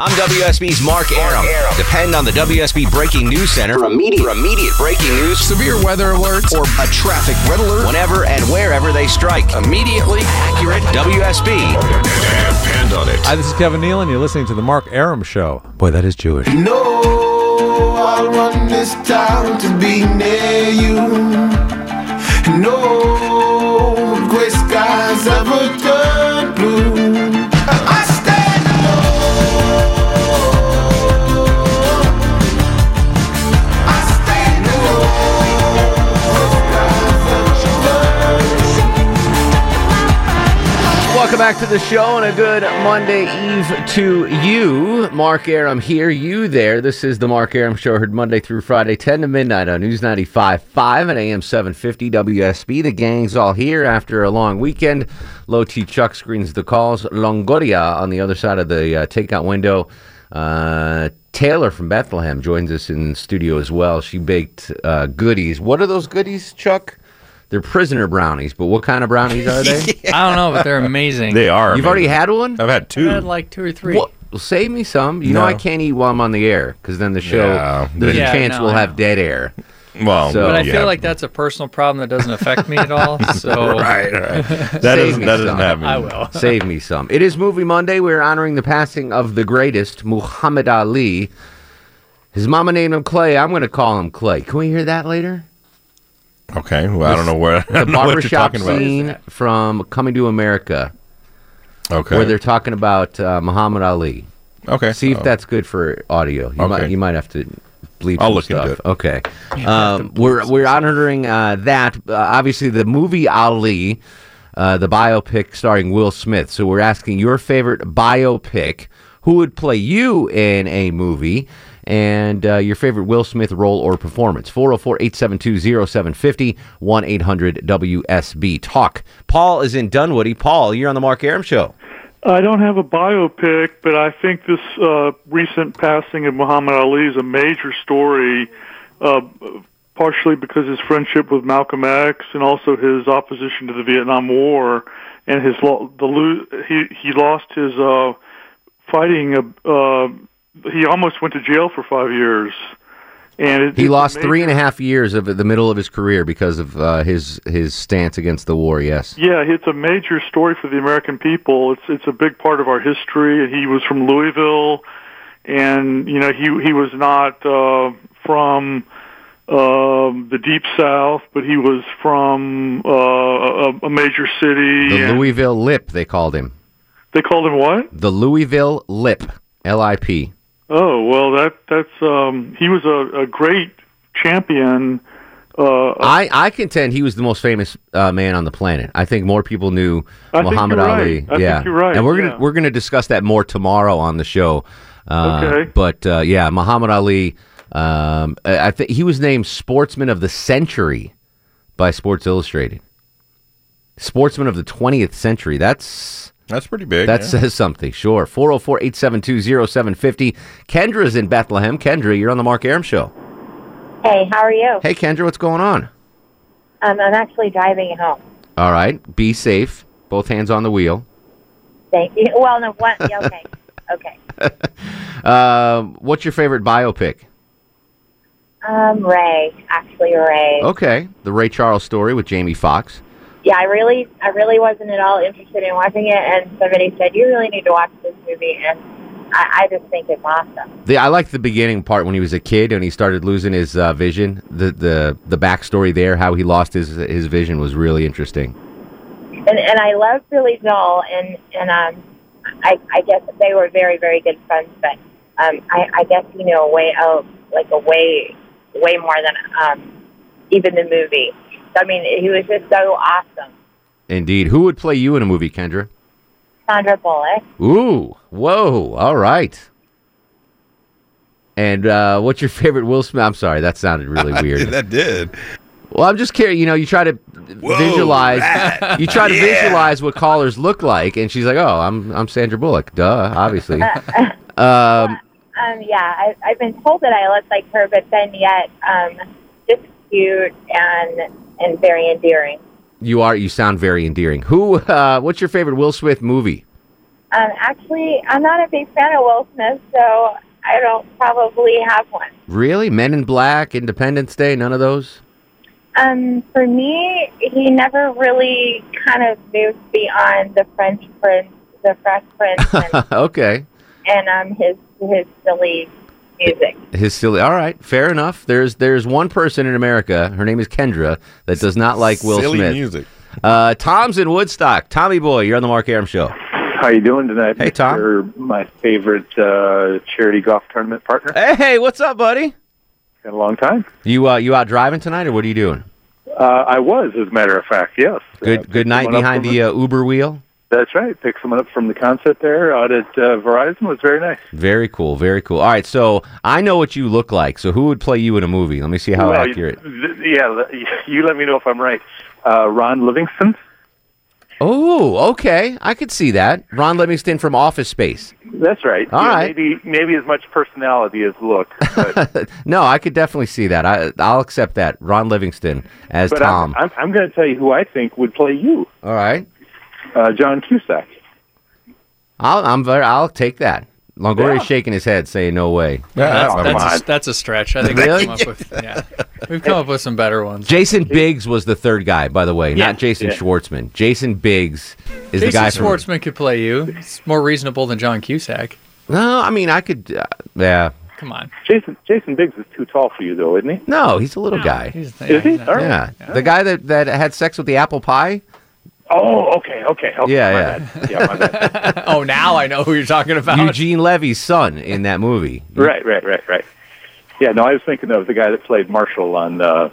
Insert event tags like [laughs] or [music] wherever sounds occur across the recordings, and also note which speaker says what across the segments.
Speaker 1: I'm WSB's Mark Aram. Depend on the WSB Breaking News Center for immediate, for immediate breaking news,
Speaker 2: Severe weather alerts
Speaker 1: or a traffic red alert whenever and wherever they strike.
Speaker 2: immediately accurate.
Speaker 1: WSB.
Speaker 3: Depend on it.
Speaker 4: Hi, this is Kevin Neal, and you're listening to the Mark Aram Show. Boy, that is Jewish.
Speaker 5: No, I want this town to be near you. No gray skies ever turn blue. I stand alone. I stand alone. Gray skies ever turn blue.
Speaker 6: Welcome back to the show and a good Monday Eve to you. Mark Aram here, you there. This is the Mark Aram Show, heard Monday through Friday, 10 to midnight on News 95.5 and AM 750 WSB. The gang's all here after a long weekend. Low T Chuck screens the calls. Longoria on the other side of the uh, takeout window. Uh, Taylor from Bethlehem joins us in studio as well. She baked uh, goodies. What are those goodies, Chuck? They're prisoner brownies, but what kind of brownies are they?
Speaker 7: [laughs] I don't know, but they're amazing.
Speaker 3: They are.
Speaker 6: You've
Speaker 3: amazing.
Speaker 6: already had one?
Speaker 3: I've had two.
Speaker 7: I had like two or three.
Speaker 6: Well, well, save me some. You know
Speaker 3: No.
Speaker 6: I can't eat while I'm on the air because then the show
Speaker 3: Yeah,
Speaker 6: there's
Speaker 7: Yeah,
Speaker 6: a chance
Speaker 7: no,
Speaker 6: we'll
Speaker 7: I
Speaker 6: have
Speaker 7: know.
Speaker 6: dead air.
Speaker 3: Oh, Well,
Speaker 6: So-
Speaker 7: But I
Speaker 3: yeah.
Speaker 7: feel like that's a personal problem that doesn't affect me at
Speaker 6: [laughs]
Speaker 7: all. So
Speaker 3: right, right.
Speaker 7: [laughs]
Speaker 3: That
Speaker 6: Save
Speaker 3: doesn't
Speaker 6: me
Speaker 3: that doesn't
Speaker 6: some.
Speaker 3: happen.
Speaker 7: I will. [laughs]
Speaker 6: Save me some. It is Movie Monday. We're honoring the passing of the greatest Muhammad Ali. His mama named him Clay. I'm going to call him Clay. Can we hear that later?
Speaker 3: Okay. Well, I don't know where. [laughs] I
Speaker 6: The
Speaker 3: don't know what you're
Speaker 6: barbershop
Speaker 3: talking about.
Speaker 6: scene from Coming to America,
Speaker 3: Okay.
Speaker 6: where they're talking about uh, Muhammad Ali.
Speaker 3: okay.
Speaker 6: See if
Speaker 3: Oh.
Speaker 6: that's good for audio. You might
Speaker 3: Okay.
Speaker 6: you might have to bleep.
Speaker 3: I'll
Speaker 6: some
Speaker 3: look
Speaker 6: stuff.
Speaker 3: into it.
Speaker 6: Okay, um, we're we're honoring uh, that. Uh, obviously, the movie Ali, uh, the biopic starring Will Smith. So we're asking your favorite biopic. Who would play you in a movie? And uh, your favorite Will Smith role or performance. 404 872 0750 1 800 WSB Talk. Paul is in Dunwoody. Paul, you're on the Mark Aram Show.
Speaker 8: I don't have a biopic, but I think this uh, recent passing of Muhammad Ali is a major story, uh, partially because his friendship with Malcolm X and also his opposition to the Vietnam War, and his lo- the lo- he he lost his uh, fighting. Uh, uh, he almost went to jail for five years, and it,
Speaker 6: He
Speaker 8: it's a
Speaker 6: lost
Speaker 8: major-
Speaker 6: three and a half years of the middle of his career because of uh, his his stance against the war. Yes,
Speaker 8: Yeah, it's a major story for the American people. It's it's a big part of our history. And he was from Louisville, and you know he he was not uh, from um, the deep South, but he was from uh, a, a major city.
Speaker 6: the
Speaker 8: and-
Speaker 6: Louisville Lip they called him.
Speaker 8: they called him what?
Speaker 6: The Louisville Lip, L I P.
Speaker 8: Oh well, that that's um, he was a, a great champion. Uh,
Speaker 6: I I contend he was the most famous uh, man on the planet. I think more people knew
Speaker 8: I think
Speaker 6: Muhammad
Speaker 8: you're right.
Speaker 6: Ali.
Speaker 8: I think
Speaker 6: yeah,
Speaker 8: you're right,
Speaker 6: and we're gonna
Speaker 8: yeah.
Speaker 6: we're gonna discuss that more tomorrow on the show. Uh,
Speaker 8: Okay.
Speaker 6: But uh, yeah, Muhammad Ali. Um, I I think he was named Sportsman of the Century by Sports Illustrated. Sportsman of the 20th century. That's
Speaker 3: That's pretty big.
Speaker 6: That
Speaker 3: yeah.
Speaker 6: says something, sure. 404 872 0750. Kendra's in Bethlehem. Kendra, you're on the Mark Aram Show.
Speaker 9: Hey, how are you?
Speaker 6: Hey, Kendra, what's going on?
Speaker 9: Um, I'm actually driving home.
Speaker 6: All right, be safe. Both hands on the wheel. [laughs]
Speaker 9: Thank you. [laughs] Well, no, what? Yeah, okay, okay.
Speaker 6: Um, what's your favorite biopic?
Speaker 9: Um, Ray, actually Ray.
Speaker 6: Okay, the Ray Charles story with Jamie Foxx.
Speaker 9: Yeah, I really, I really wasn't at all interested in watching it, and somebody said you really need to watch this movie, and I, I just think it's awesome.
Speaker 6: The, I liked the beginning part when he was a kid and he started losing his uh, vision. The, the the backstory there, how he lost his his vision, was really interesting.
Speaker 9: And and I love Billy Joel, and and um, I I guess they were very very good friends, but um, I I guess you know way out like a way way more than um even the movie. So, I mean, he was just so awesome.
Speaker 6: Indeed. Who would play you in a movie, Kendra?
Speaker 9: Sandra Bullock.
Speaker 6: Ooh, whoa, all right. And uh, what's your favorite Will Smith? I'm sorry, that
Speaker 10: [laughs]
Speaker 6: sounded really weird.
Speaker 10: that did.
Speaker 6: Well, I'm just curious. You know, you try to visualize.
Speaker 10: [laughs]
Speaker 6: You try to visualize what callers look like, and she's like, "Oh, I'm I'm Sandra Bullock. Duh,
Speaker 9: [laughs]
Speaker 6: obviously." um,
Speaker 9: Uh, Um, yeah, I, I've been told that I look like her, but then yet, um, just cute and and very endearing.
Speaker 6: you are. You sound very endearing. Who? Uh, what's your favorite Will Smith movie?
Speaker 9: Um, actually, I'm not a big fan of Will Smith, so I don't probably have one.
Speaker 6: Really, Men in Black, Independence Day, none of those. [laughs]
Speaker 9: Um, for me, he never really kind of moved beyond the French Prince, the Fresh Prince,
Speaker 6: [laughs] okay,
Speaker 9: and um, his his silly music.
Speaker 6: his silly. All right, fair enough. There's there's one person in America. Her name is Kendra that does not like Will
Speaker 11: Silly
Speaker 6: Smith.
Speaker 11: music.
Speaker 6: Uh, Tom's in Woodstock. Tommy boy, you're on the Mark Aram show.
Speaker 11: How you doing tonight?
Speaker 6: Hey, Tom.
Speaker 11: You're my favorite uh, charity golf tournament partner.
Speaker 6: Hey, what's up, buddy?
Speaker 11: Been a long time.
Speaker 6: You uh, you out driving tonight, or what are you doing?
Speaker 11: Uh, I was, as a matter of fact. Yes.
Speaker 6: Good good night
Speaker 11: someone up
Speaker 6: behind
Speaker 11: from
Speaker 6: the uh, Uber wheel.
Speaker 11: That's right. Picked someone up from the concert there out at uh, Verizon. It was very nice.
Speaker 6: Very cool, very cool. All right, so I know what you look like. So who would play you in a movie? Let me see how
Speaker 11: Well, you-
Speaker 6: accurate.
Speaker 11: th- yeah. le- [laughs] You let me know if I'm right. Uh, Ron Livingston.
Speaker 6: Oh, okay, I could see that. Ron Livingston from Office Space.
Speaker 11: That's right.
Speaker 6: All
Speaker 11: Yeah,
Speaker 6: right.
Speaker 11: Maybe maybe as much personality as
Speaker 6: [laughs]
Speaker 11: look.
Speaker 6: no, I could definitely see that. I I'll accept that. Ron Livingston as
Speaker 11: but
Speaker 6: Tom.
Speaker 11: I'm, I'm, I'm going to tell you who I think would play you.
Speaker 6: All right.
Speaker 11: Uh, John Cusack.
Speaker 6: I'll I'm very, I'll take that. Longoria's shaking his head, saying no way.
Speaker 7: that's, that's, a, that's a stretch. I think
Speaker 6: Really?
Speaker 7: we've come up with
Speaker 6: [laughs]
Speaker 7: yeah, we've come up with some better ones.
Speaker 6: Jason Biggs was the third guy, by the way,
Speaker 7: Yeah.
Speaker 6: not Jason
Speaker 7: Yeah.
Speaker 6: Schwartzman. Jason Biggs is
Speaker 7: Jason
Speaker 6: the guy from.
Speaker 7: Schwartzman could play you. It's more reasonable than John Cusack.
Speaker 6: No, I mean I could. Uh, yeah.
Speaker 7: Come on.
Speaker 11: Jason Jason Biggs is too tall for you, though, isn't he?
Speaker 6: No, Oh, he's a little guy.
Speaker 7: He's,
Speaker 11: Is he? All right.
Speaker 6: yeah. The guy that, that had sex with the apple pie.
Speaker 11: Oh, okay, okay. okay
Speaker 6: yeah,
Speaker 11: yeah. my
Speaker 6: yeah.
Speaker 7: oh, now I know who you're talking about.
Speaker 6: [laughs] Eugene Levy's son in that
Speaker 11: [laughs]
Speaker 6: movie.
Speaker 11: Right, right, right, right. Yeah, no, I was thinking of the guy that played Marshall on uh,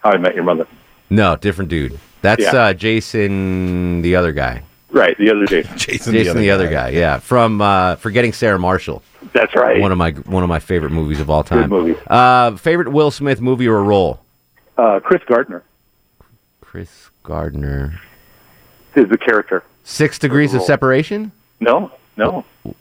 Speaker 11: How I Met Your Mother.
Speaker 6: No, different dude. That's
Speaker 11: Yeah.
Speaker 6: uh, Jason, the other guy.
Speaker 11: Right, the other Jason.
Speaker 6: Jason, the other guy. Yeah, from uh, Forgetting Sarah Marshall.
Speaker 11: That's right.
Speaker 6: One of my one of my favorite movies of all time.
Speaker 11: movie.
Speaker 6: Uh, favorite Will Smith movie or role?
Speaker 11: Uh, Chris Gardner
Speaker 6: Chris Gardner.
Speaker 11: is the character.
Speaker 6: Six Degrees of
Speaker 11: Role.
Speaker 6: Separation.
Speaker 11: No,
Speaker 6: Oh.
Speaker 11: no.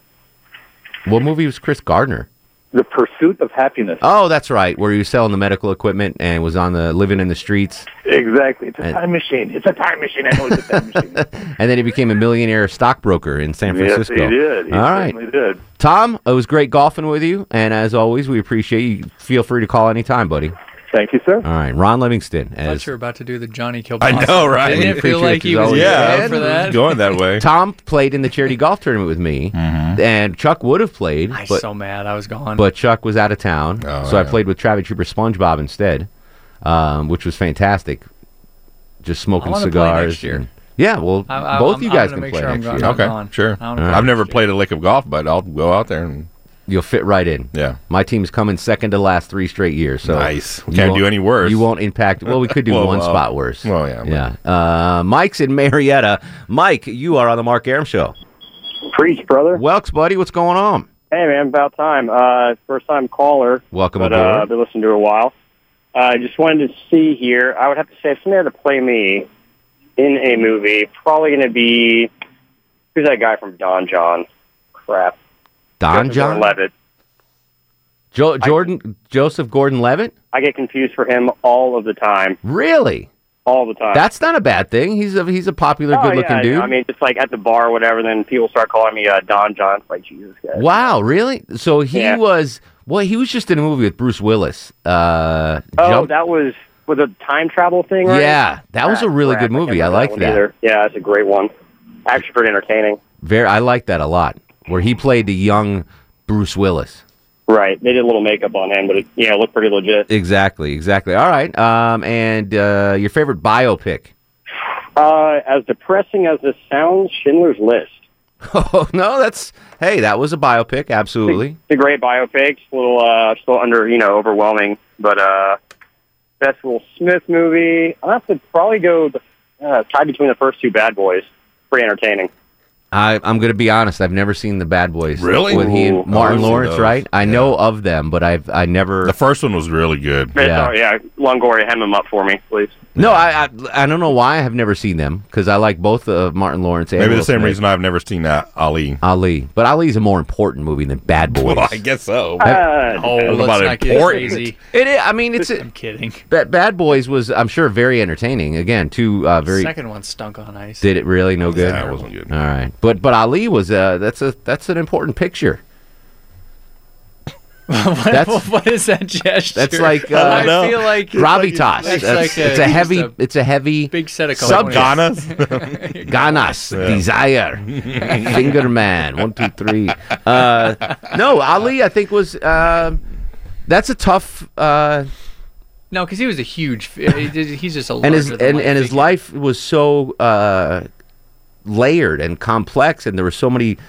Speaker 6: What movie was Chris Gardner?
Speaker 11: The Pursuit of Happiness.
Speaker 6: Oh, that's right. Where he was selling the medical equipment and was on the living in the streets.
Speaker 11: Exactly. It's a
Speaker 6: And-
Speaker 11: time machine. It's a time machine. I know it's
Speaker 6: [laughs]
Speaker 11: a time machine.
Speaker 6: And then he became a millionaire stockbroker in San
Speaker 11: yes,
Speaker 6: Francisco.
Speaker 11: he did. He
Speaker 6: All right.
Speaker 11: certainly did.
Speaker 6: Tom, it was great golfing with you. And as always, we appreciate you. Feel free to call anytime, buddy.
Speaker 11: Thank you, sir.
Speaker 6: All right. Ron Livingston. As
Speaker 7: Thought you were about to do the Johnny Kilbasa.
Speaker 6: I know, right?
Speaker 7: Didn't it feel like he was yeah, for that?
Speaker 6: Tom played in the charity golf tournament with me, and Chuck would have played,
Speaker 7: I'm
Speaker 6: but
Speaker 7: so mad. I was gone.
Speaker 6: but Chuck was out of town,
Speaker 2: Oh,
Speaker 6: so I played with Travis Trooper SpongeBob instead, um, which was fantastic. Just smoking
Speaker 7: wanna play
Speaker 6: cigars.
Speaker 7: next year.
Speaker 6: and- yeah, well,
Speaker 7: I- I-
Speaker 6: both
Speaker 7: I'm-
Speaker 6: you
Speaker 7: I'm
Speaker 6: guys
Speaker 7: gonna
Speaker 6: can
Speaker 7: make
Speaker 6: play
Speaker 7: sure I'm
Speaker 6: next
Speaker 7: go-
Speaker 6: year.
Speaker 7: I'm Okay, gone.
Speaker 2: sure.
Speaker 7: I
Speaker 2: I've
Speaker 7: don't know.
Speaker 2: never played a lick of golf, but I'll go out there and
Speaker 6: You'll fit right in. Yeah, my team's come in second to last three straight years. So
Speaker 2: Nice. We
Speaker 6: you
Speaker 2: can't
Speaker 6: won't-
Speaker 2: do any worse.
Speaker 6: You won't impact. Well, we could do
Speaker 2: [laughs] Well,
Speaker 6: one
Speaker 2: well.
Speaker 6: spot worse.
Speaker 2: Well, yeah,
Speaker 6: yeah. Uh, Mike's in Marietta. Mike, you are on the Mark Aram show.
Speaker 3: Preach, brother.
Speaker 6: Welks, buddy, what's going on?
Speaker 3: Hey, man, about time. Uh, first time caller.
Speaker 6: Welcome
Speaker 3: but,
Speaker 6: aboard.
Speaker 3: Uh, I've been listening to it a while. I uh, just wanted to see here. I would have to say if somebody had to play me in a movie, probably going to be who's that guy from Don John? Crap.
Speaker 6: Don John
Speaker 3: Levitt.
Speaker 6: Jo- Jordan Joseph Gordon Levitt.
Speaker 3: I get confused for him all of the time.
Speaker 6: Really?
Speaker 3: All the time.
Speaker 6: That's not a bad thing. He's a he's a popular,
Speaker 3: Uh, Oh,
Speaker 6: good looking
Speaker 3: yeah,
Speaker 6: dude.
Speaker 3: I mean, just like at the bar or whatever, then people start calling me uh, Don John. It's like, Jesus, guys.
Speaker 6: wow, really? So he was well, he was just in a movie with Bruce Willis. Uh,
Speaker 3: Oh,
Speaker 6: Jump-
Speaker 3: that was with a time travel thing, right? Ah,
Speaker 6: Yeah, that was a really good movie. I like
Speaker 3: one
Speaker 6: that.
Speaker 3: either. Yeah, that's a great one. Actually, pretty entertaining.
Speaker 6: Very, I like that a lot. Where he played the young Bruce Willis.
Speaker 3: Right. They did a little makeup on him, but it, yeah, it looked pretty legit.
Speaker 6: Exactly, exactly. All right. Um, and uh, your favorite biopic? [laughs]
Speaker 3: Uh, as depressing as this sounds, Schindler's List.
Speaker 6: Oh no, that's hey, that was a biopic. Absolutely.
Speaker 3: It's a great biopic. It's a little, uh, still under, you know, overwhelming. But uh, best Will Smith movie. I'll have to probably go uh, tied between the first two Bad Boys. Pretty entertaining.
Speaker 6: I, I'm going to be honest. I've never seen the Bad Boys.
Speaker 3: Really?
Speaker 6: With he and
Speaker 3: Ooh.
Speaker 6: Martin
Speaker 3: I've seen
Speaker 6: Lawrence,
Speaker 3: those.
Speaker 6: right? I know of them, but I've I never. The
Speaker 3: first one was really good.
Speaker 6: Yeah.
Speaker 11: Yeah. yeah, Longoria, hem him up for me, please.
Speaker 6: No, I, I I don't know why I have never seen them because I like both uh, Martin Lawrence. And
Speaker 3: Maybe the
Speaker 6: Will
Speaker 3: same
Speaker 6: Smith.
Speaker 3: reason I've never seen that Ali.
Speaker 6: Ali, but Ali's a more important movie than Bad Boys.
Speaker 3: [laughs] Well, I guess so.
Speaker 6: Uh,
Speaker 3: oh,
Speaker 6: let's
Speaker 3: about
Speaker 6: not get
Speaker 3: important.
Speaker 6: crazy. It is, I mean, it's. I'm
Speaker 7: kidding.
Speaker 6: Ba- Bad Boys was, I'm sure, very entertaining. Again, two uh, very.
Speaker 7: Second one stunk on ice.
Speaker 6: Did it really no good?
Speaker 7: That
Speaker 6: wasn't good. All right, but but Ali was. Uh, that's a that's an important picture. [laughs]
Speaker 7: What-
Speaker 6: That's-
Speaker 7: what is that gesture?
Speaker 6: That's like uh,
Speaker 7: I feel like
Speaker 6: gravitas.
Speaker 7: That's
Speaker 6: That's it's a heavy.
Speaker 7: just
Speaker 6: it's a heavy
Speaker 7: big set of
Speaker 6: sub [laughs]
Speaker 7: components. [laughs]
Speaker 6: ganas, desire, finger man. One, two, three. Uh, no, Ali, I think was. um that's a tough. Uh,
Speaker 7: No, because he was a huge. he did- He's just a
Speaker 6: and his
Speaker 7: larger than
Speaker 6: and,
Speaker 7: life
Speaker 6: and his life was so uh, layered and complex, and there were so many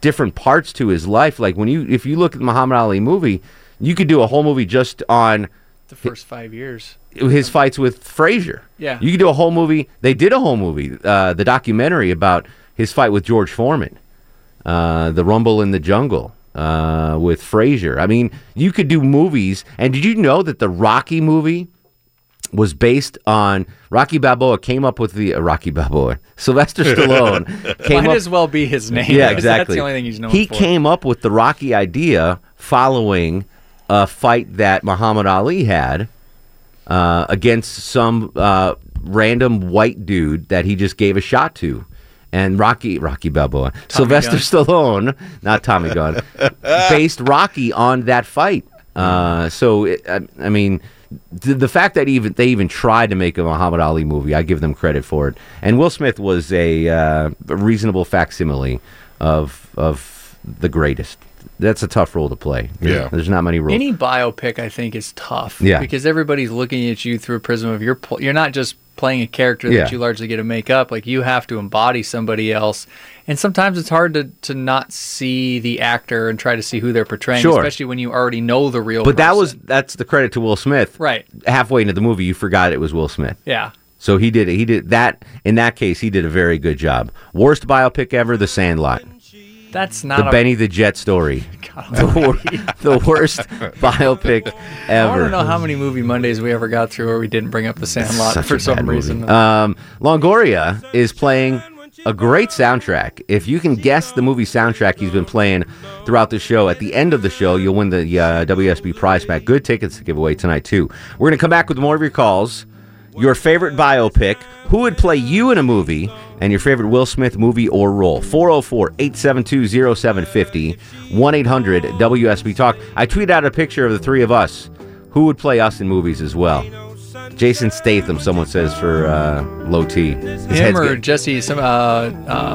Speaker 6: different parts to his life. Like when you, if you look at the Muhammad Ali movie, you could do a whole movie just on
Speaker 7: the [laughs] first five years.
Speaker 6: his fights with Frazier.
Speaker 7: Yeah.
Speaker 6: you could do a whole movie. They did a whole movie, uh, the documentary about his fight with George Foreman, uh, the Rumble in the Jungle. Uh, with Frazier. I mean, you could do movies. And did you know that the Rocky movie was based on Rocky Balboa came up with the uh, Rocky Balboa [laughs] Sylvester
Speaker 7: [laughs]
Speaker 6: Stallone came
Speaker 7: Might
Speaker 6: up
Speaker 7: as well be his name. [laughs]
Speaker 6: yeah,
Speaker 7: 'cause
Speaker 6: exactly.
Speaker 7: That's the only thing he's known
Speaker 6: he
Speaker 7: for.
Speaker 6: came up with the Rocky idea following a fight that Muhammad Ali had uh, against some uh, random white dude that he just gave a shot to. And Rocky, Rocky Balboa, Sylvester
Speaker 12: Gunn.
Speaker 6: Stallone, not Tommy Gunn, based Rocky on that fight. Uh, so, it, I, I mean, the, the fact that even they even tried to make a Muhammad Ali movie, I give them credit for it. And Will Smith was a, uh, a reasonable facsimile of of the greatest. That's a tough role to play. There's-
Speaker 7: Yeah.
Speaker 6: there's not many roles.
Speaker 7: Any biopic, I think, is tough.
Speaker 6: Yeah.
Speaker 7: Because everybody's looking at you through a prism of your. Pl- you're not just playing a character
Speaker 6: Yeah.
Speaker 7: that you largely get to make up. Like you have to embody somebody else, and sometimes it's hard to to not see the actor and try to see who they're portraying,
Speaker 6: Sure.
Speaker 7: especially when you already know the real.
Speaker 6: but that was that's the credit to Will Smith.
Speaker 7: Right.
Speaker 6: Halfway into the movie, you forgot it was Will Smith.
Speaker 7: Yeah.
Speaker 6: So he did he did that in that case he did a very good job. Worst biopic ever, The Sandlot.
Speaker 7: was that's not
Speaker 6: the
Speaker 7: a,
Speaker 6: Benny the Jet
Speaker 7: [laughs]
Speaker 6: story. the, wor- the worst biopic ever.
Speaker 7: I don't know how many movie Mondays we ever got through where we didn't bring up the Sandlot
Speaker 6: Such a
Speaker 7: for
Speaker 6: bad
Speaker 7: some
Speaker 6: movie.
Speaker 7: reason.
Speaker 6: Um, Longoria is playing a great soundtrack. If you can guess the movie soundtrack he's been playing throughout the show, at the end of the show, you'll win the uh, WSB prize pack. Good tickets to give away tonight, too. We're going to come back with more of your calls, your favorite biopic, who would play you in a movie, and your favorite Will Smith movie or role. 404 872 0750 1 800 WSB Talk. I tweeted out a picture of the three of us. Who would play us in movies as well? Jason Statham, someone says for uh, low T. His
Speaker 7: Him
Speaker 6: head's
Speaker 7: or
Speaker 6: get-
Speaker 7: Jesse some uh, uh,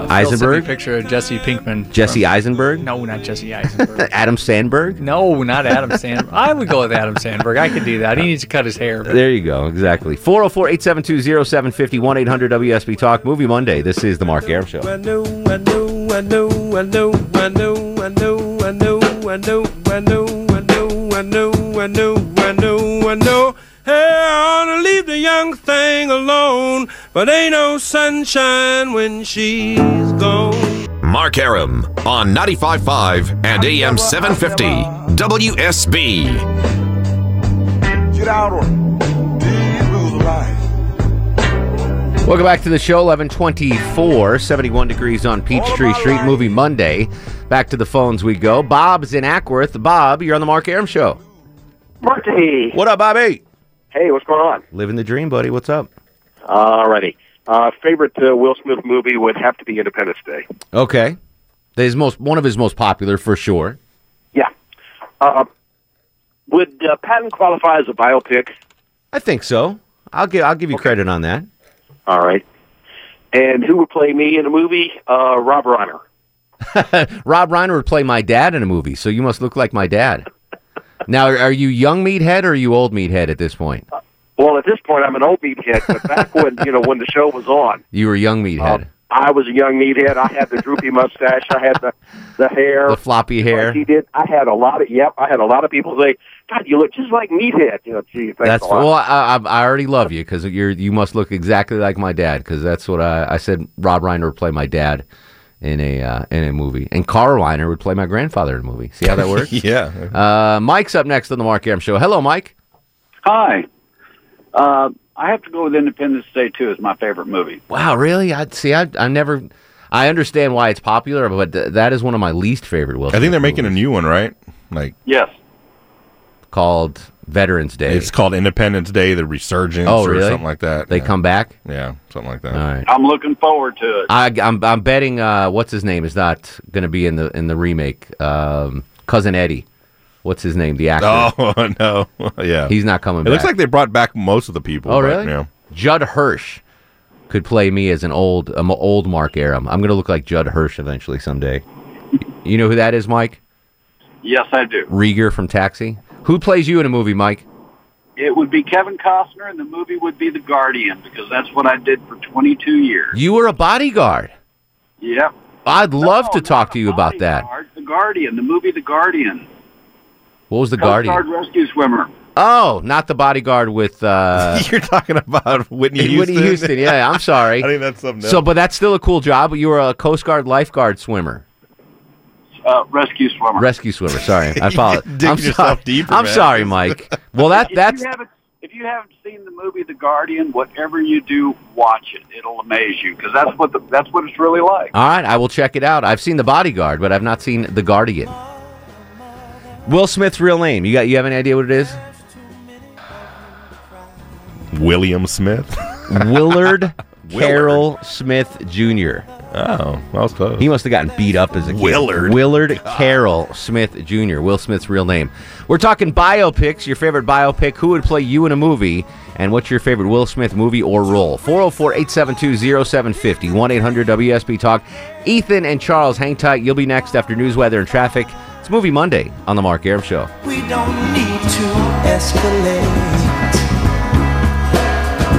Speaker 7: Phil sent me
Speaker 6: Eisenberg?
Speaker 7: a picture of Jesse Pinkman.
Speaker 6: Jesse Eisenberg? [laughs]
Speaker 7: No, not Jesse Eisenberg.
Speaker 6: Adam Sandberg?
Speaker 7: No, not Adam Sandberg. I would go with Adam Sandberg. I could do that. He needs to cut his hair. but-
Speaker 6: There you go, exactly. 404 872 0750 1 800 WSB Talk. Movie Monday. This is The Mark Aram Show.
Speaker 5: I know, I know, I know, I know, I know, I know, I know, I know, I know, I know, I know, I know, I know, I know. Hey, I ought to leave the young thing alone, but ain't no sunshine when she's gone.
Speaker 1: Mark Aram on 95.5 and AM 750 WSB.
Speaker 5: Get out of these rules of life.
Speaker 6: Welcome back to the show, 1124, 71 degrees on Peachtree Street, Movie Monday. Back to the phones we go. Bob's in Ackworth. Bob, you're on The Mark Aram Show.
Speaker 11: Marty!
Speaker 6: What up, Bobby?
Speaker 11: Hey, what's going on?
Speaker 6: Living the dream, buddy. What's up?
Speaker 11: Alrighty. Uh, favorite uh, Will Smith movie would have to be Independence Day.
Speaker 6: Okay. His most, one of his most popular, for sure.
Speaker 11: Yeah. Uh, would uh, Patton qualify as a biopic?
Speaker 6: I think so. I'll give I'll give you credit on that.
Speaker 11: All right. And who would play me in a movie? Uh, Rob Reiner.
Speaker 6: Rob Reiner would play my dad in a movie, so you must look like my dad. now, are- are you young meathead or are you old meathead at this point?
Speaker 11: Well, at this point, I'm an old meathead, but
Speaker 6: [laughs]
Speaker 11: back when you know when the show was on,
Speaker 6: You were young meathead,
Speaker 11: I was a young meathead. I had the droopy mustache. I had the the hair.
Speaker 6: the floppy hair.
Speaker 11: He did. Uh, I had a lot of. Yep. I had a lot of people say, "God, you look just like meathead." You know, gee, thanks
Speaker 6: That's
Speaker 11: a lot.
Speaker 6: well. I, I, I already love you because you're you must look exactly like my dad because that's what I, I said. Rob Reiner would play my dad in a uh, in a movie. And Carl Reiner would play my grandfather in a movie. See how that works?
Speaker 3: yeah.
Speaker 6: Uh, Mike's up next on the Mark Aram Show. Hello, Mike.
Speaker 12: Hi. Uh, I have to go with Independence Day too. Is my favorite movie.
Speaker 6: Wow, really? I see. I I never. I understand why it's popular, but th- that is one of my least favorite. Will I think they're making
Speaker 3: a new one, right? Like
Speaker 12: Yes.
Speaker 6: called Veterans Day.
Speaker 3: It's called Independence Day, the Resurgence,
Speaker 6: Oh,
Speaker 3: or
Speaker 6: really?
Speaker 3: something like that.
Speaker 6: They come back.
Speaker 3: Yeah, something like that.
Speaker 6: All right.
Speaker 12: I'm looking forward to it.
Speaker 6: I, I'm I'm betting uh, what's his name is not going to be in the in the remake. Um, Cousin Eddie, what's his name? The actor.
Speaker 3: Oh [laughs] no, yeah,
Speaker 6: He's not coming
Speaker 3: It looks
Speaker 6: back.
Speaker 3: like they brought back most of the people.
Speaker 6: oh
Speaker 3: but,
Speaker 6: really?
Speaker 3: Yeah.
Speaker 6: Judd Hirsch could play me as an old um, old Mark Aram. I'm going to look like Judd Hirsch eventually someday. You know who that is, Mike?
Speaker 12: Yes, I do.
Speaker 6: Rieger from Taxi. Who plays you in a movie, Mike?
Speaker 12: It would be Kevin Costner, and the movie would be The Guardian because that's what I did for 22 years.
Speaker 6: You were a bodyguard.
Speaker 12: Yep.
Speaker 6: I'd love to talk to you about that.
Speaker 12: The Guardian, the movie The Guardian.
Speaker 6: What was the
Speaker 12: Coast
Speaker 6: Guardian?
Speaker 12: Guard rescue swimmer.
Speaker 6: Oh, not the bodyguard with. Uh,
Speaker 3: [laughs] You're talking about Whitney
Speaker 6: Whitney
Speaker 3: Houston?
Speaker 6: Houston. Yeah,
Speaker 3: [laughs]
Speaker 6: I'm sorry.
Speaker 3: I think that's something
Speaker 6: So,
Speaker 3: else.
Speaker 6: but that's still a cool job. But you were a Coast Guard lifeguard swimmer,
Speaker 12: Uh, rescue swimmer.
Speaker 6: rescue swimmer.
Speaker 3: [laughs]
Speaker 6: Sorry, I apologize.
Speaker 3: Digging
Speaker 6: I'm
Speaker 3: yourself
Speaker 6: sorry.
Speaker 3: deeper,
Speaker 6: I'm
Speaker 3: man.
Speaker 6: sorry, Mike. Well, [laughs] that
Speaker 12: if
Speaker 6: that's
Speaker 12: You haven't, if you haven't seen the movie The Guardian, whatever you do, watch it. It'll amaze you because that's what the, that's what it's really like.
Speaker 6: all right. I will check it out. I've seen the bodyguard, but I've not seen the Guardian. Will Smith's real name? You got? You have any idea what it is?
Speaker 3: William Smith. [laughs]
Speaker 6: Willard Carroll Smith Jr.
Speaker 3: Oh, that was close.
Speaker 6: He must have gotten beat up as a kid.
Speaker 3: Willard.
Speaker 6: Willard Carroll Smith Jr. Will Smith's real name. We're talking biopics. Your favorite biopic? Who would play you in a movie? And what's your favorite Will Smith movie or role? 404 872 0750 1 800 WSB Talk. Ethan and Charles, hang tight. You'll be next after news, weather, and traffic. It's Movie Monday on The Mark Aram Show.
Speaker 2: We don't need to escalate.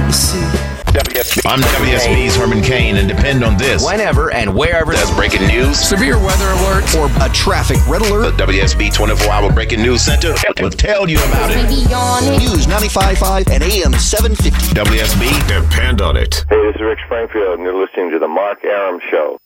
Speaker 2: You see,
Speaker 1: I'm WSB's Herman Kane, and depend on this
Speaker 6: whenever and wherever.
Speaker 1: That's breaking news, severe weather alert, or a traffic red alert. The WSB 24-hour breaking news center will tell you about it.
Speaker 13: News 95.5 and AM 750.
Speaker 1: WSB, depend on it.
Speaker 14: Hey, this is Rick Springfield, and you're listening to The Mark Aram Show.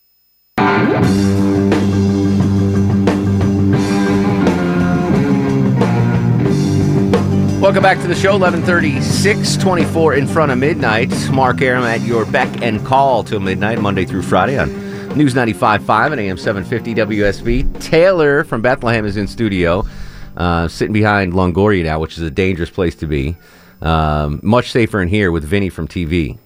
Speaker 6: Welcome back to the show, 1136, 24 in front of midnight. Mark Aram at your beck and call till midnight, Monday through Friday on News 95.5 and AM 750 WSB. Taylor from Bethlehem is in studio, uh, sitting behind Longoria now, which is a dangerous place to be. Um, much safer in here with Vinny from TV.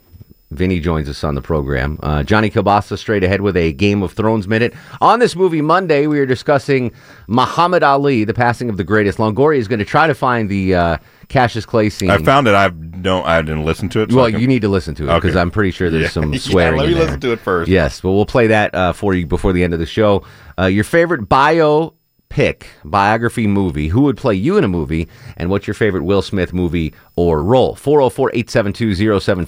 Speaker 6: Vinny joins us on the program. Uh, Johnny Kilbasa straight ahead with a Game of Thrones minute. On this movie Monday, we are discussing Muhammad Ali, the passing of the greatest. Longoria is going to try to find the uh, Cassius Clay scene.
Speaker 3: I found it. I don't. I didn't listen to it. so
Speaker 6: well,
Speaker 3: I can-
Speaker 6: you need to listen to it because
Speaker 3: Okay.
Speaker 6: I'm pretty sure there's
Speaker 15: [laughs]
Speaker 3: Yeah.
Speaker 6: some
Speaker 3: Yeah,
Speaker 6: swearing.
Speaker 3: let me
Speaker 6: in there.
Speaker 3: listen to it first.
Speaker 6: Yes, but we'll play that uh, for you before the end of the show. Uh, your favorite bio pick biography movie who would play you in a movie and what's your favorite will smith movie or role 404-872-0750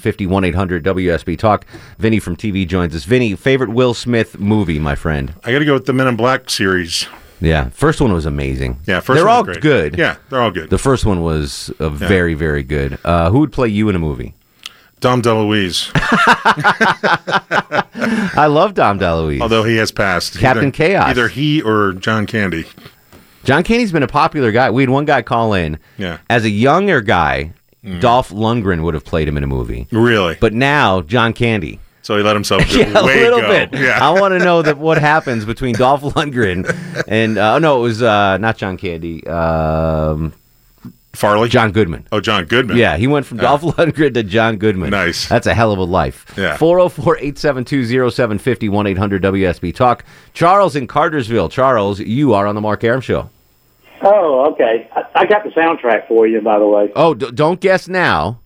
Speaker 6: 1-800 wsb talk vinny from tv joins us vinny favorite will smith movie my friend
Speaker 15: I got to go with the Men in Black series.
Speaker 6: yeah first one was amazing
Speaker 15: Yeah, first
Speaker 6: they're
Speaker 15: one's
Speaker 6: all
Speaker 15: great.
Speaker 6: good
Speaker 15: Yeah, they're all good.
Speaker 6: the first one was uh,
Speaker 15: Yeah.
Speaker 6: very very good uh, who would play you in a movie
Speaker 15: Dom DeLuise,
Speaker 6: i love dom deluise
Speaker 15: although he has passed.
Speaker 6: Captain
Speaker 15: Either-
Speaker 6: Chaos.
Speaker 15: Either he or John Candy.
Speaker 6: John Candy's been a popular guy. We had one guy call in.
Speaker 15: Yeah.
Speaker 6: As a younger guy,
Speaker 15: Mm.
Speaker 6: Dolph Lundgren would have played him in a movie.
Speaker 15: Really?
Speaker 6: But now John Candy.
Speaker 15: So he let
Speaker 6: [laughs]
Speaker 15: himself
Speaker 6: yeah, a
Speaker 15: way
Speaker 6: little
Speaker 15: go.
Speaker 6: bit.
Speaker 15: Yeah.
Speaker 6: I want to know that what happens between Dolph Lundgren and uh, no, it was uh, not John Candy. Um,
Speaker 15: Farley.
Speaker 6: John Goodman.
Speaker 15: Oh, John Goodman.
Speaker 6: Yeah, he went from
Speaker 15: Yeah.
Speaker 6: [laughs] Dolph Lundgren to John Goodman. Nice. That's a hell of a life.
Speaker 15: Yeah.
Speaker 6: 404 872 0750 800 WSB Talk. Charles in Cartersville. Charles, you are on the Mark Aram Show.
Speaker 16: Oh, okay. I, I got the soundtrack for you, by the way.
Speaker 6: Oh, d- don't guess now.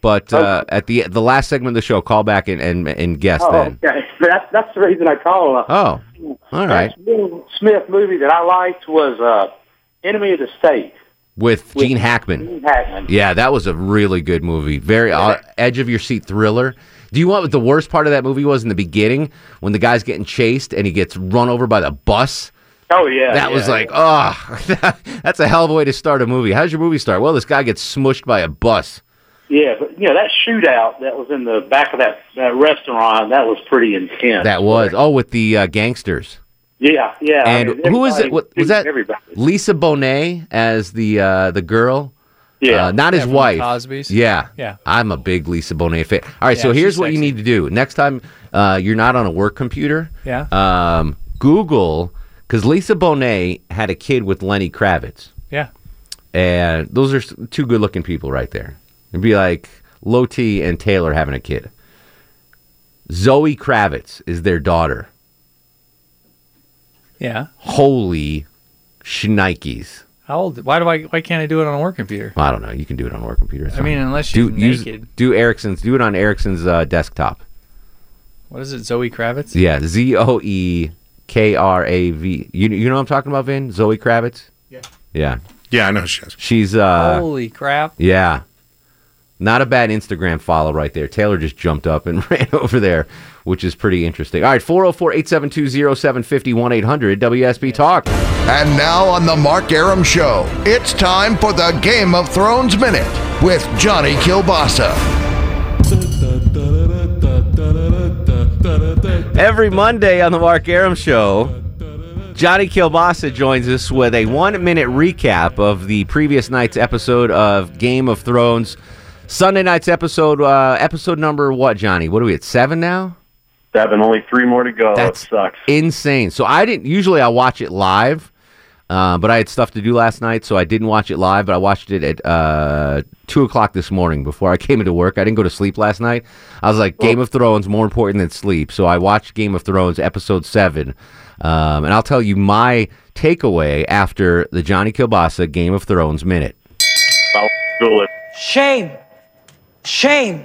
Speaker 6: But
Speaker 15: Oh.
Speaker 6: uh, at the the last segment of the show, call back and and, and guess
Speaker 16: oh,
Speaker 6: then.
Speaker 16: okay. [laughs] That's that's the reason I called.
Speaker 6: Oh, all right.
Speaker 16: That Will Smith movie that I liked was uh, Enemy of the State.
Speaker 6: With Gene Hackman.
Speaker 16: Gene Hackman.
Speaker 6: Yeah, that was a really good movie. Very uh, edge of your seat thriller. Do you want what the worst part of that movie was in the beginning when the guy's getting chased and he gets run over by the bus?
Speaker 16: Oh yeah.
Speaker 6: that
Speaker 16: yeah,
Speaker 6: was like,
Speaker 16: yeah.
Speaker 6: oh, that's a hell of a way to start a movie. How's your movie start? Well, this guy gets smushed by a bus.
Speaker 16: Yeah, but you know that shootout that was in the back of that that restaurant that was pretty intense.
Speaker 6: That was oh with the uh, gangsters.
Speaker 16: yeah, yeah. I
Speaker 6: and
Speaker 16: mean,
Speaker 6: who was it?
Speaker 16: everybody
Speaker 6: What, was
Speaker 16: shooting
Speaker 6: that
Speaker 16: Everybody.
Speaker 6: Lisa Bonet as the uh, the girl?
Speaker 16: Yeah.
Speaker 6: Uh, not his
Speaker 16: Yeah, from the
Speaker 6: wife.
Speaker 16: Cosbys.
Speaker 6: Yeah.
Speaker 16: Yeah.
Speaker 6: I'm a big Lisa Bonet fan. All right, so
Speaker 7: Yeah,
Speaker 6: here's
Speaker 7: she's
Speaker 6: what you need to do. Next time uh, you're not on a work computer,
Speaker 7: Yeah.
Speaker 6: um, Google, because Lisa Bonet had a kid with Lenny Kravitz.
Speaker 7: Yeah.
Speaker 6: And those are s- two good looking people right there. It'd be like Loti and Taylor having a kid. Zoe Kravitz is their daughter.
Speaker 7: Yeah.
Speaker 6: Holy shnikes.
Speaker 7: How old? Why do I? Why can't I do it on a work computer?
Speaker 6: Well, I don't know. You can do it on work computer. It's
Speaker 7: I mean,
Speaker 6: fine.
Speaker 7: unless
Speaker 6: do,
Speaker 7: she's
Speaker 6: use-
Speaker 7: naked.
Speaker 6: do Ericsson's. Do it on Ericsson's uh, desktop.
Speaker 7: What is it? Zoe Kravitz?
Speaker 6: Yeah, Z O E K R A V. You you know what I'm talking about, Vin? Zoe Kravitz. Yeah. Yeah.
Speaker 15: Yeah, I know she is.
Speaker 6: She's uh.
Speaker 7: Holy crap!
Speaker 6: Yeah. Not a bad Instagram follow right there. Taylor just jumped up and [laughs] ran over there, which is pretty interesting. All right, 404 872 0750 800 WSB Talk.
Speaker 13: And now on The Mark Aram Show, it's time for the Game of Thrones Minute with Johnny Kilbasa.
Speaker 6: Every Monday on the Mark Aram Show, Johnny Kilbasa joins us with a one minute recap of the previous night's episode of Game of Thrones. Sunday night's episode, uh, episode number what, Johnny? What are we at? Seven now?
Speaker 11: Seven, only three more to go.
Speaker 6: That's
Speaker 11: it sucks.
Speaker 6: Insane. So I didn't, usually I watch it live, uh, but I had stuff to do last night, so I didn't watch it live, but I watched it at uh, 2 o'clock this morning before I [laughs] came into work. I didn't go to sleep last night. I was like, Game of Thrones more important than sleep. So I watched Game of Thrones episode 7. Um, and I'll tell you my takeaway after the Johnny Kilbasa Game of Thrones minute.
Speaker 11: I'll Google it.
Speaker 2: Shame. Shame.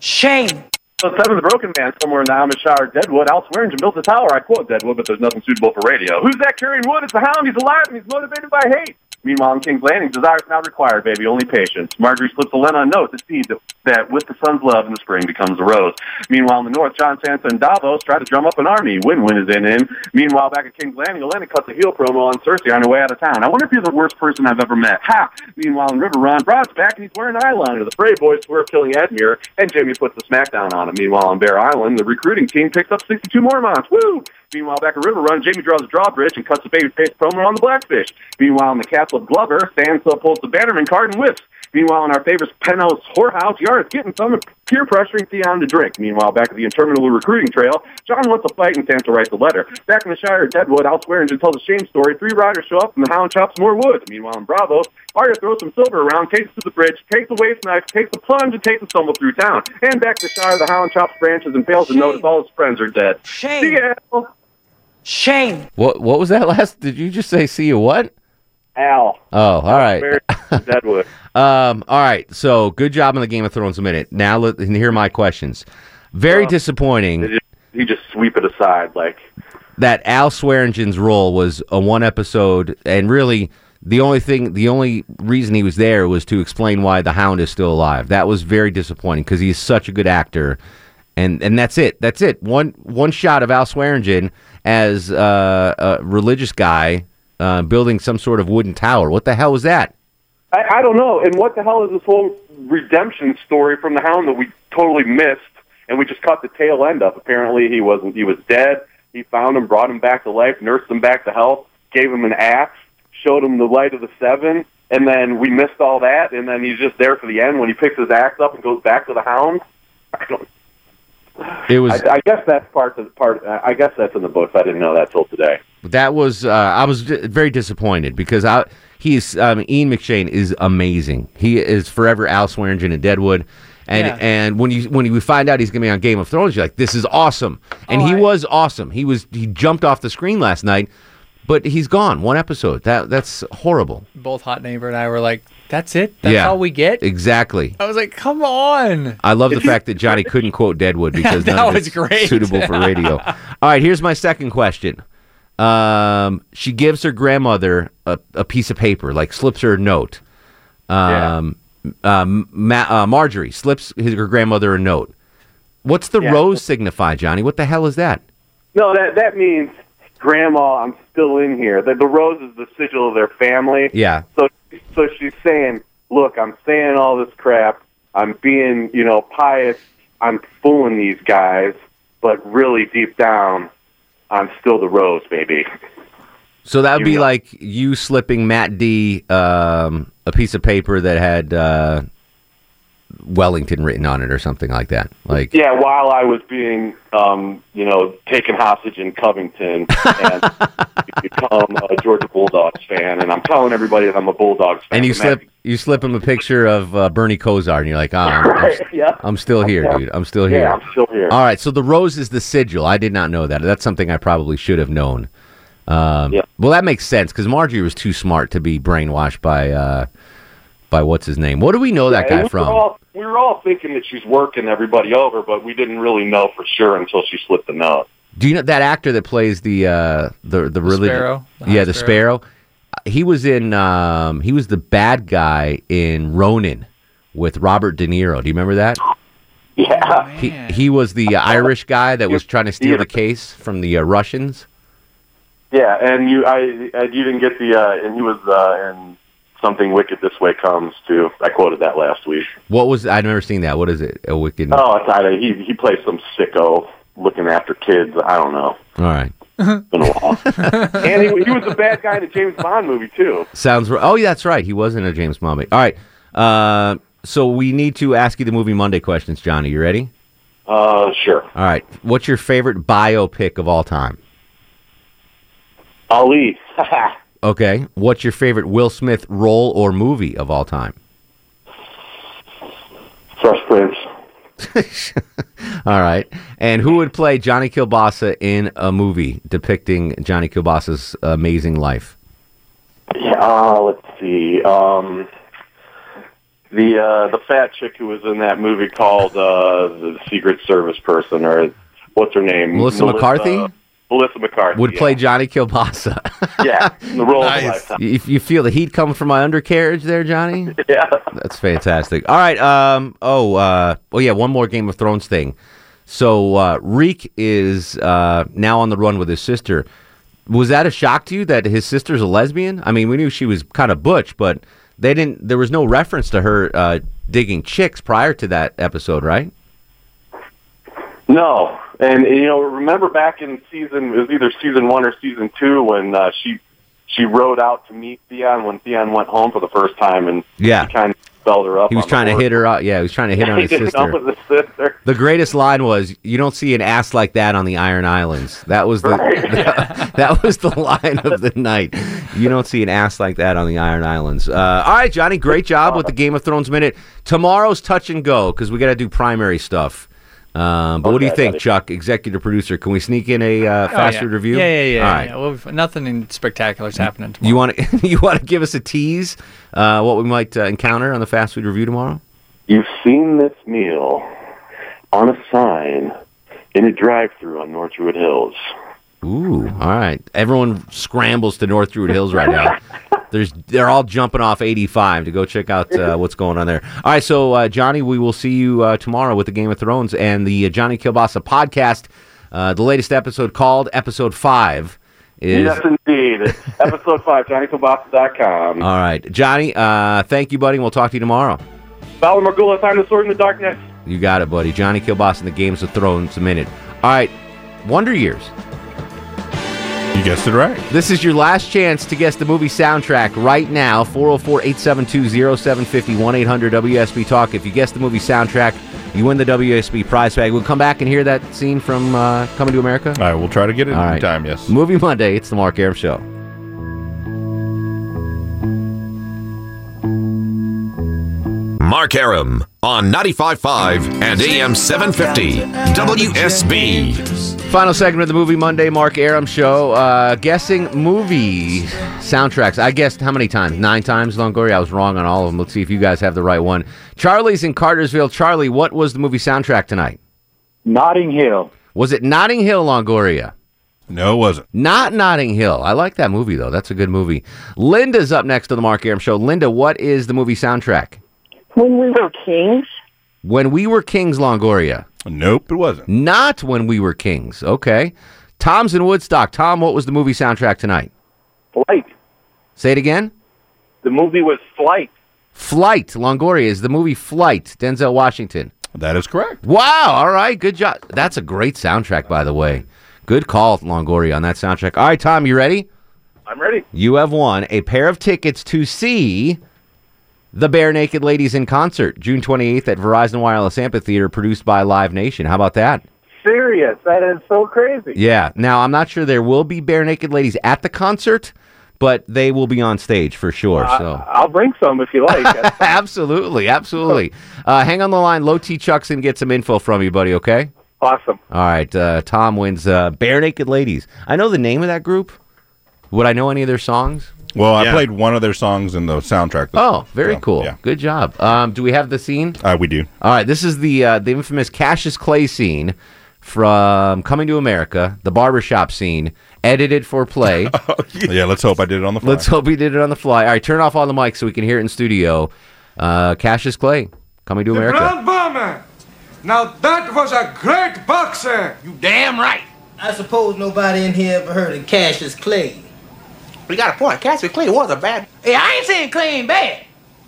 Speaker 2: Shame.
Speaker 11: So seven, the broken man somewhere in the Amish Shire, Deadwood, elsewhere in Jamilta Tower. I quote Deadwood, but there's nothing suitable for radio. Who's that carrying wood? It's the hound. He's alive and he's motivated by hate. Meanwhile, in King's Landing, desire is not required, baby, only patience. Marjorie slips a Elena a note, the seed that, that with the sun's love in the spring becomes a rose. Meanwhile, in the north, John Sansa and Davos try to drum up an army. Win-win is in him. Meanwhile, back at King's Landing, Elena cuts a heel promo on Cersei on her way out of town. I wonder if you're the worst person I've ever met. Ha! Meanwhile, in River Run, Broad's back and he's wearing eyeliner. The Frey boys swear killing Edmure, and Jamie puts the smackdown on him. Meanwhile, on Bear Island, the recruiting team picks up 62 Mormonts. Woo! Meanwhile, back at River Run, Jamie draws a drawbridge and cuts a babyface promo on the Blackfish. Meanwhile, in the castle of Glover, Sansa pulls the Bannerman card and whips. Meanwhile, in our favorite penthouse whorehouse, Yara's getting some and peer pressuring Theon to drink. Meanwhile, back at the interminable recruiting trail, John wants a fight and Sansa writes a letter. Back in the Shire, Deadwood elsewhere and just tells a shame story. Three riders show up and the Hound chops more wood. Meanwhile, in Bravo, Arya throws some silver around, takes to the bridge, takes a waste knife, takes a plunge, and takes a stumble through town. And back to Shire, the Hound chops branches and fails to notice all his friends are dead.
Speaker 2: Shame. Shame.
Speaker 6: What what was that [laughs] last? Did you just say see you what?
Speaker 11: Al.
Speaker 6: Oh, all right.
Speaker 11: [laughs] Deadwood.
Speaker 6: Um, all right. So good job on the Game of Thrones minute. Now let and here are my questions. Very disappointing
Speaker 11: Uh, You just sweep it aside like
Speaker 6: that Al Swearingen's role was a one episode, and really the only thing, the only reason he was there was to explain why the Hound is still alive. That was very disappointing because he's such a good actor, and and that's it. That's it. One one shot of Al Swearingen as uh, a religious guy uh, building some sort of wooden tower. What the hell was that?
Speaker 11: I, I don't know. And what the hell is this whole redemption story from the Hound that we totally missed, and we just caught the tail end of? Apparently, he wasn't. He was dead. He found him, brought him back to life, nursed him back to health, gave him an axe, showed him the light of the seven, and then we missed all that. And then he's just there for the end when he picks his axe up and goes back to the Hound. I don't.
Speaker 6: It was.
Speaker 11: I, I guess that's part of the part. I guess that's in the books. I didn't know that till today.
Speaker 6: That was uh, I was d- very disappointed because I he's um, Ian McShane is amazing. He is forever Al Swearingen in Deadwood, and
Speaker 7: Yeah.
Speaker 6: and when you when you find out he's gonna be on Game of Thrones, you're like, this is awesome,
Speaker 7: Oh,
Speaker 6: and he was awesome. He was he jumped off the screen last night, but he's gone one episode. That that's horrible.
Speaker 7: Both hot neighbor and I were like, "That's it. That's
Speaker 6: Yeah.
Speaker 7: all we get."
Speaker 6: Exactly.
Speaker 7: I was like, "Come on."
Speaker 6: I love the fact that Johnny couldn't quote
Speaker 7: [laughs]
Speaker 6: Deadwood because
Speaker 7: That
Speaker 6: none of
Speaker 7: was
Speaker 6: it's
Speaker 7: great.
Speaker 6: suitable for
Speaker 7: [laughs]
Speaker 6: radio. All right, here's my second question. Um, she gives her grandmother a, a piece of paper, like slips her a note. Um, um, Ma- uh, Marjorie slips his, her grandmother a note. What's the rose signify, Johnny? What the hell is that?
Speaker 11: No, that that means grandma. I'm still in here. The, the rose is the sigil of their family.
Speaker 6: Yeah.
Speaker 11: So, so she's saying, look, I'm saying all this crap. I'm being, you know, pious. I'm fooling these guys, but really deep down, I'm still the rose, baby.
Speaker 6: So that would be like you slipping Matt D um, a piece of paper that had uh, Wellington written on it or something like that. Like
Speaker 11: Yeah, while I was being, um, you know, taken hostage in Covington and [laughs] become a Georgia Bulldogs fan, and I'm telling everybody that I'm a Bulldogs fan.
Speaker 6: and you
Speaker 11: Matt
Speaker 6: slip you slip him a picture of uh, Bernie Kosar and you're like, "Ah, I'm- I'm,
Speaker 11: Right, [laughs] yeah.
Speaker 6: I'm still here, dude. I'm still here.
Speaker 11: Yeah, I'm still here.
Speaker 6: All right. So the rose is the sigil. I did not know that. That's something I probably should have known. Um, Well, that makes sense because Marjorie was too smart to be brainwashed by uh, by what's his name. What do we know that
Speaker 11: And
Speaker 6: guy
Speaker 11: we
Speaker 6: from?
Speaker 11: Were all, we were all thinking that she's working everybody over, but we didn't really know for sure until she slipped the note.
Speaker 6: Do you know that actor that plays the uh, the the religion?
Speaker 11: Sparrow? The High
Speaker 6: yeah, the
Speaker 11: Sparrow?
Speaker 6: sparrow. Uh, He was in. Um, he was the bad guy in Ronin with Robert De Niro. Do you remember that?
Speaker 11: Yeah.
Speaker 6: He he was
Speaker 11: [laughs]
Speaker 6: the Irish guy that was trying to steal the case from the uh, Russians.
Speaker 11: Yeah, and you, I, I you didn't get the, uh, and he was uh, in something wicked this way comes too. I quoted that last week.
Speaker 6: What was I've never seen that. What is it? A wicked.
Speaker 11: Oh, it's either he he plays some sicko looking after kids. I
Speaker 6: [laughs]
Speaker 11: don't know.
Speaker 6: All right.
Speaker 11: [laughs] Been a while. and he, he was the bad guy in the James Bond movie too.
Speaker 6: Sounds. r oh, yeah, that's right. He was in a James Bond. movie. All right. Uh, so we need to ask you the movie Monday questions, Johnny. You ready?
Speaker 11: Uh, sure.
Speaker 6: All right. What's your favorite biopic of all time?
Speaker 11: Ali. [laughs]
Speaker 6: Okay. What's your favorite Will Smith role or movie of all time?
Speaker 11: Fresh Prince.
Speaker 6: [laughs] all right. And who would play Johnny Kilbasa in a movie depicting Johnny Kilbasa's amazing life?
Speaker 11: Yeah, uh, let's see. Um, the uh, the fat chick who was in that movie called uh, the Secret Service person, or what's her name?
Speaker 6: Melissa McCarthy?
Speaker 11: Melissa McCarthy
Speaker 6: Would
Speaker 11: yeah.
Speaker 6: play Johnny Kilbasa. [laughs]
Speaker 11: yeah, in the role of a lifetime.
Speaker 6: you, you feel the heat coming from my undercarriage there, Johnny?
Speaker 11: [laughs] Yeah.
Speaker 6: That's fantastic. All right. Um. Oh. Uh. Oh yeah. One more Game of Thrones thing. So uh, Reek is uh, now on the run with his sister. Was that a shock to you that his sister's a lesbian? I mean, we knew she was kind of butch, but they didn't. There was no reference to her uh, digging chicks prior to that episode, right?
Speaker 11: No, and you know, remember back in season it was either season one or season two when uh, she she rode out to meet Theon when Theon went home for the first time, and
Speaker 6: Yeah.
Speaker 11: he kind of spelled her up.
Speaker 6: He was
Speaker 11: on
Speaker 6: trying
Speaker 11: the
Speaker 6: to
Speaker 11: horse.
Speaker 6: hit her up. Yeah, he was trying to hit on
Speaker 11: [laughs] He
Speaker 6: his
Speaker 11: didn't
Speaker 6: sister.
Speaker 11: know it was his sister.
Speaker 6: The greatest line was, "You don't see an ass like that on the Iron Islands." That was the [laughs] that, was the line of the night. You don't see an ass like that on the Iron Islands. Uh, all right, Johnny, great job with the Game of Thrones minute. Tomorrow's touch and go because we got to do primary stuff. Um, but what do you
Speaker 7: Okay,
Speaker 6: think,
Speaker 7: buddy.
Speaker 6: Chuck, executive producer? Can we sneak in a uh,
Speaker 7: Oh,
Speaker 6: fast
Speaker 7: yeah.
Speaker 6: food review?
Speaker 7: Yeah, yeah, yeah.
Speaker 6: All right.
Speaker 7: yeah. Well, we've- nothing in spectacular's happening.
Speaker 6: You want to [laughs] you want to give us a tease uh, what we might uh, encounter on the fast food review tomorrow?
Speaker 11: You've seen this meal on a sign in a drive-through on North Druid Hills.
Speaker 6: Ooh, all right. Everyone scrambles to North Druid Hills right
Speaker 11: [laughs]
Speaker 6: now. There's they're all jumping off 85 to go check out uh, what's going on there. All right, so uh, Johnny, we will see you uh, tomorrow with the Game of Thrones and the uh, Johnny Kilbasa podcast. Uh, the latest episode called episode five is.
Speaker 11: Yes,
Speaker 6: [laughs]
Speaker 11: indeed. Episode five, JohnnyKilbasa.com.
Speaker 6: All right, Johnny. Uh, thank you, buddy. and We'll talk to you tomorrow.
Speaker 11: Valor Margula, time to sword in the darkness.
Speaker 6: You got it, buddy. Johnny Kilbasa and the Games of Thrones. A minute. All right, Wonder Years.
Speaker 3: You guessed it right.
Speaker 6: This is your last chance to guess the movie soundtrack right now. 404 872 0750 800 WSB Talk. If you guess the movie soundtrack, you win the WSB prize bag. We'll come back and hear that scene from uh, Coming to America.
Speaker 3: All right, we'll try to get it
Speaker 6: All
Speaker 3: in
Speaker 6: right.
Speaker 3: time, yes.
Speaker 6: Movie Monday. It's the Mark Aram Show.
Speaker 17: Mark Aram on 95.5 and AM 750 WSB.
Speaker 6: Final segment of the Movie Monday Mark Aram Show. Uh, guessing movie soundtracks. I guessed how many times? Nine times, Longoria. I was wrong on all of them. Let's see if you guys have the right one. Charlie's in Cartersville. Charlie, what was the movie soundtrack tonight?
Speaker 18: Notting Hill.
Speaker 6: Was it Notting Hill, Longoria?
Speaker 3: No, it wasn't.
Speaker 6: Not Notting Hill. I like that movie, though. That's a good movie. Linda's up next to the Mark Aram Show. Linda, what is the movie soundtrack?
Speaker 19: When we were kings.
Speaker 6: When We Were Kings, Longoria.
Speaker 3: Nope, it wasn't.
Speaker 6: Not When We Were Kings. Okay. Tom's in Woodstock. Tom, what was the movie soundtrack tonight?
Speaker 11: Flight.
Speaker 6: Say it again.
Speaker 11: The movie was Flight.
Speaker 6: Flight. Longoria is the movie Flight. Denzel Washington.
Speaker 3: That is correct.
Speaker 6: Wow. All right. Good job. That's a great soundtrack, by the way. Good call, Longoria, on that soundtrack. All right, Tom, you ready?
Speaker 11: I'm ready.
Speaker 6: You have won a pair of tickets to see the Bare Naked Ladies in concert, June 28th at Verizon Wireless Amphitheater, produced by Live Nation. How about that?
Speaker 18: Serious. That is so crazy.
Speaker 6: Yeah. Now, I'm not sure there will be Bare Naked Ladies at the concert, but they will be on stage for sure.
Speaker 11: Uh,
Speaker 6: so.
Speaker 18: I'll bring some if you
Speaker 6: [laughs]
Speaker 18: like.
Speaker 6: absolutely, absolutely. Uh, hang on the line. Low T Chucks and get some info from you, buddy. Okay.
Speaker 18: Awesome.
Speaker 6: All right. Uh, Tom wins. Uh, Bare Naked Ladies. I know the name of that group. Would I know any of their songs?
Speaker 3: Well, I
Speaker 6: Yeah.
Speaker 3: played one of their songs in the soundtrack.
Speaker 6: Oh, very cool. Good job. Um, do we have the scene?
Speaker 3: Uh, we do.
Speaker 6: All right. This is the uh, the infamous Cassius Clay scene from Coming to America, the barbershop scene, edited for
Speaker 3: [laughs]
Speaker 6: play.
Speaker 3: Oh, Yeah, let's hope I did it on the fly.
Speaker 6: Let's hope he did it on the fly. All right, turn off all the mics so we can hear it in studio. Uh, Cassius Clay, Coming to America.
Speaker 20: Brown Bomber! Now that was a great boxer! You damn right!
Speaker 21: I suppose nobody in here ever heard of Cassius Clay. We got a point. Cassius Clay was a bad.
Speaker 2: Hey, I ain't saying Clay ain't bad.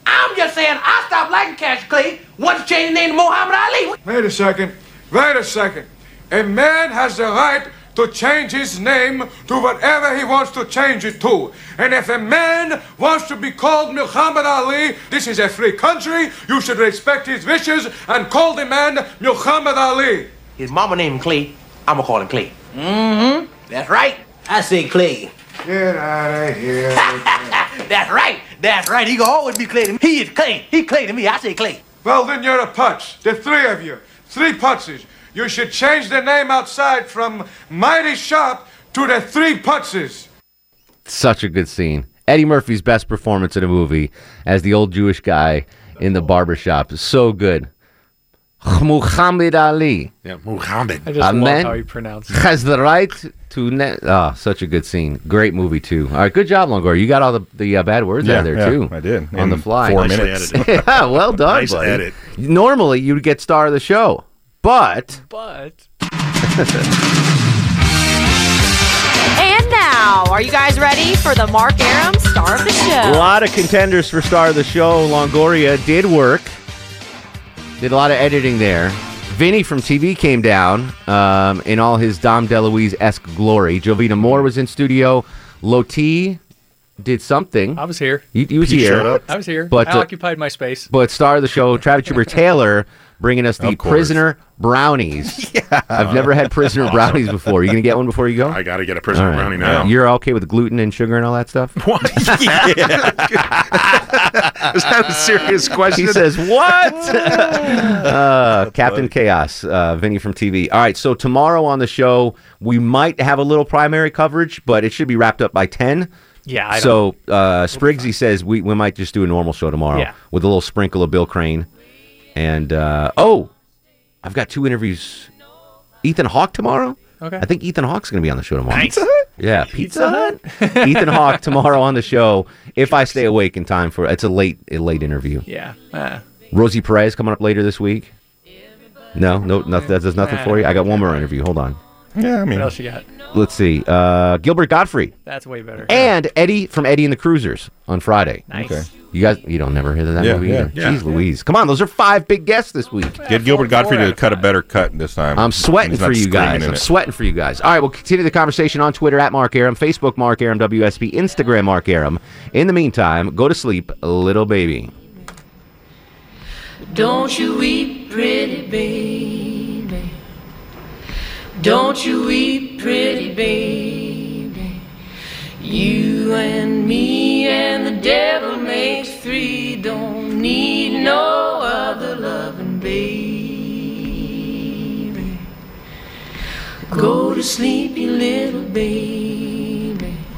Speaker 2: I'm just saying I stopped liking Cash Clay once he changed his name to Muhammad Ali.
Speaker 20: Wait a second. Wait a second. A man has the right to change his name to whatever he wants to change it to. And if a man wants to be called Muhammad Ali, this is a free country. You should respect his wishes and call the man Muhammad Ali.
Speaker 21: His mama named him Clay. I'ma call him Clay.
Speaker 20: Mm,
Speaker 21: Mm-hmm. That's right. I say Clay.
Speaker 20: Get out of here.
Speaker 21: That's right. That's right. He gonna always be Clay to me. He is Clay. He Clay to me. I say Clay.
Speaker 20: Well, then you're a putz. The three of you. Three putzes. You should change the name outside from Mighty Sharp to the Three Putzes.
Speaker 6: Such a good scene. Eddie Murphy's best performance in a movie as the old Jewish guy in the barbershop. So good. Muhammad Ali.
Speaker 7: Yeah,
Speaker 15: Muhammad.
Speaker 7: I just
Speaker 6: a
Speaker 7: love
Speaker 6: man
Speaker 7: how you pronounce it.
Speaker 6: has the right to. Ne- oh, such a good scene. Great movie too. All right, good job, Longoria. You got all the, the uh, bad words out
Speaker 3: Yeah,
Speaker 6: of there
Speaker 3: yeah,
Speaker 6: too.
Speaker 3: I did.
Speaker 6: on
Speaker 3: In
Speaker 6: the fly.
Speaker 3: four Nicely minutes. edited.
Speaker 6: [laughs] yeah, well done,
Speaker 3: Nice
Speaker 6: buddy.
Speaker 3: edit.
Speaker 6: Normally you'd get star of the show, but
Speaker 2: But
Speaker 22: And now, are you guys ready for the Mark Aram star of the
Speaker 6: a
Speaker 22: show?
Speaker 6: lot of contenders for star of the show. Longoria did work. Did a lot of editing there. Vinny from TV came down um, in all his Dom DeLuise esque glory. Jovita Moore was in studio. Loti did something. I
Speaker 7: was here.
Speaker 6: You, you was
Speaker 7: He
Speaker 6: here.
Speaker 7: showed up. I was here.
Speaker 6: But
Speaker 7: I
Speaker 6: uh,
Speaker 7: occupied my space.
Speaker 6: But star of the show, Travis
Speaker 7: [laughs]
Speaker 6: Schubert Taylor, bringing us the
Speaker 7: Of course.
Speaker 6: prisoner brownies. I've never had prisoner brownies before. you gonna get one before you go? I
Speaker 15: gotta get a prisoner brownie now.
Speaker 6: You're okay with gluten and sugar and all that stuff? What?
Speaker 15: Is that a serious question?
Speaker 6: He says,
Speaker 3: [laughs]
Speaker 6: "What?" uh, Captain Chaos, uh, Vinny from TV. All right, so tomorrow on the show we might have a little primary coverage, but it should be wrapped up by ten.
Speaker 7: Yeah, I
Speaker 6: so uh, Sprigsy says we, we might just do a normal show tomorrow
Speaker 7: Yeah.
Speaker 6: with a little sprinkle of Bill Crane, and uh, oh, I've got two interviews. Ethan Hawke tomorrow.
Speaker 7: Okay.
Speaker 6: I think Ethan Hawke's going to be on the show tomorrow.
Speaker 7: Nice.
Speaker 6: [laughs] Yeah, Pizza Hut. Ethan Hawke tomorrow on the show. If I stay awake in time for it's a late a late interview.
Speaker 7: Yeah. Uh,
Speaker 6: Rosie Perez coming up later this week. No, no, nothing. That does nothing for you. I got one more interview. Hold on.
Speaker 3: Yeah, I
Speaker 7: what else you got?
Speaker 6: Let's see. Uh, Gilbert Godfrey
Speaker 7: That's way better.
Speaker 6: and Eddie from Eddie and the Cruisers on Friday.
Speaker 7: Nice. Okay.
Speaker 6: You guys, you don't never hear that
Speaker 3: Yeah,
Speaker 6: movie
Speaker 3: yeah,
Speaker 6: either.
Speaker 3: yeah.
Speaker 6: Jeez Louise. Come on, those are five big guests this week.
Speaker 3: Get Gilbert Godfrey to cut a better cut this time.
Speaker 6: I'm sweating
Speaker 3: He's not
Speaker 6: for you
Speaker 3: screaming
Speaker 6: guys.
Speaker 3: in
Speaker 6: I'm
Speaker 3: it.
Speaker 6: sweating for you guys. All right, we'll continue the conversation on Twitter at Mark Aram, Facebook Mark Aram WSB, Instagram Mark Aram. In the meantime, go to sleep, little baby.
Speaker 2: don't you weep, pretty baby. Don't you weep, pretty baby. You and me and the devil makes three. Don't need no other loving, baby. Go to sleep, you little baby.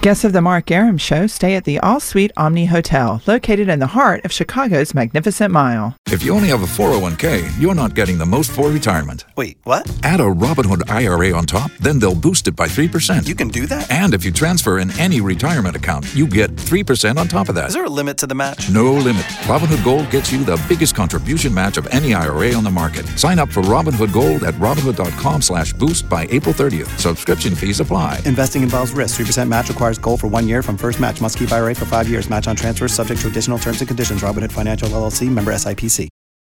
Speaker 23: Guests of the Mark Aram Show stay at the All Suite Omni Hotel, located in the heart of Chicago's Magnificent Mile.
Speaker 24: If you only have a 401k, you're not getting the most for retirement. Wait, what? Add a Robinhood IRA on top, then they'll boost it by 3%. You can do that? And if you transfer in any retirement account, you get 3% on top of that.
Speaker 25: Is there a limit to the match?
Speaker 24: No limit. Robinhood Gold gets you the biggest contribution match of any IRA on the market. Sign up for Robinhood Gold at Robinhood.com slash boost by April 30th. Subscription fees apply.
Speaker 25: Investing involves risk. 3% match requires Requires gold for one year from first match. Must keep IRA for five years. Match on transfers subject to additional terms and conditions. Robinhood Financial LLC member SIPC.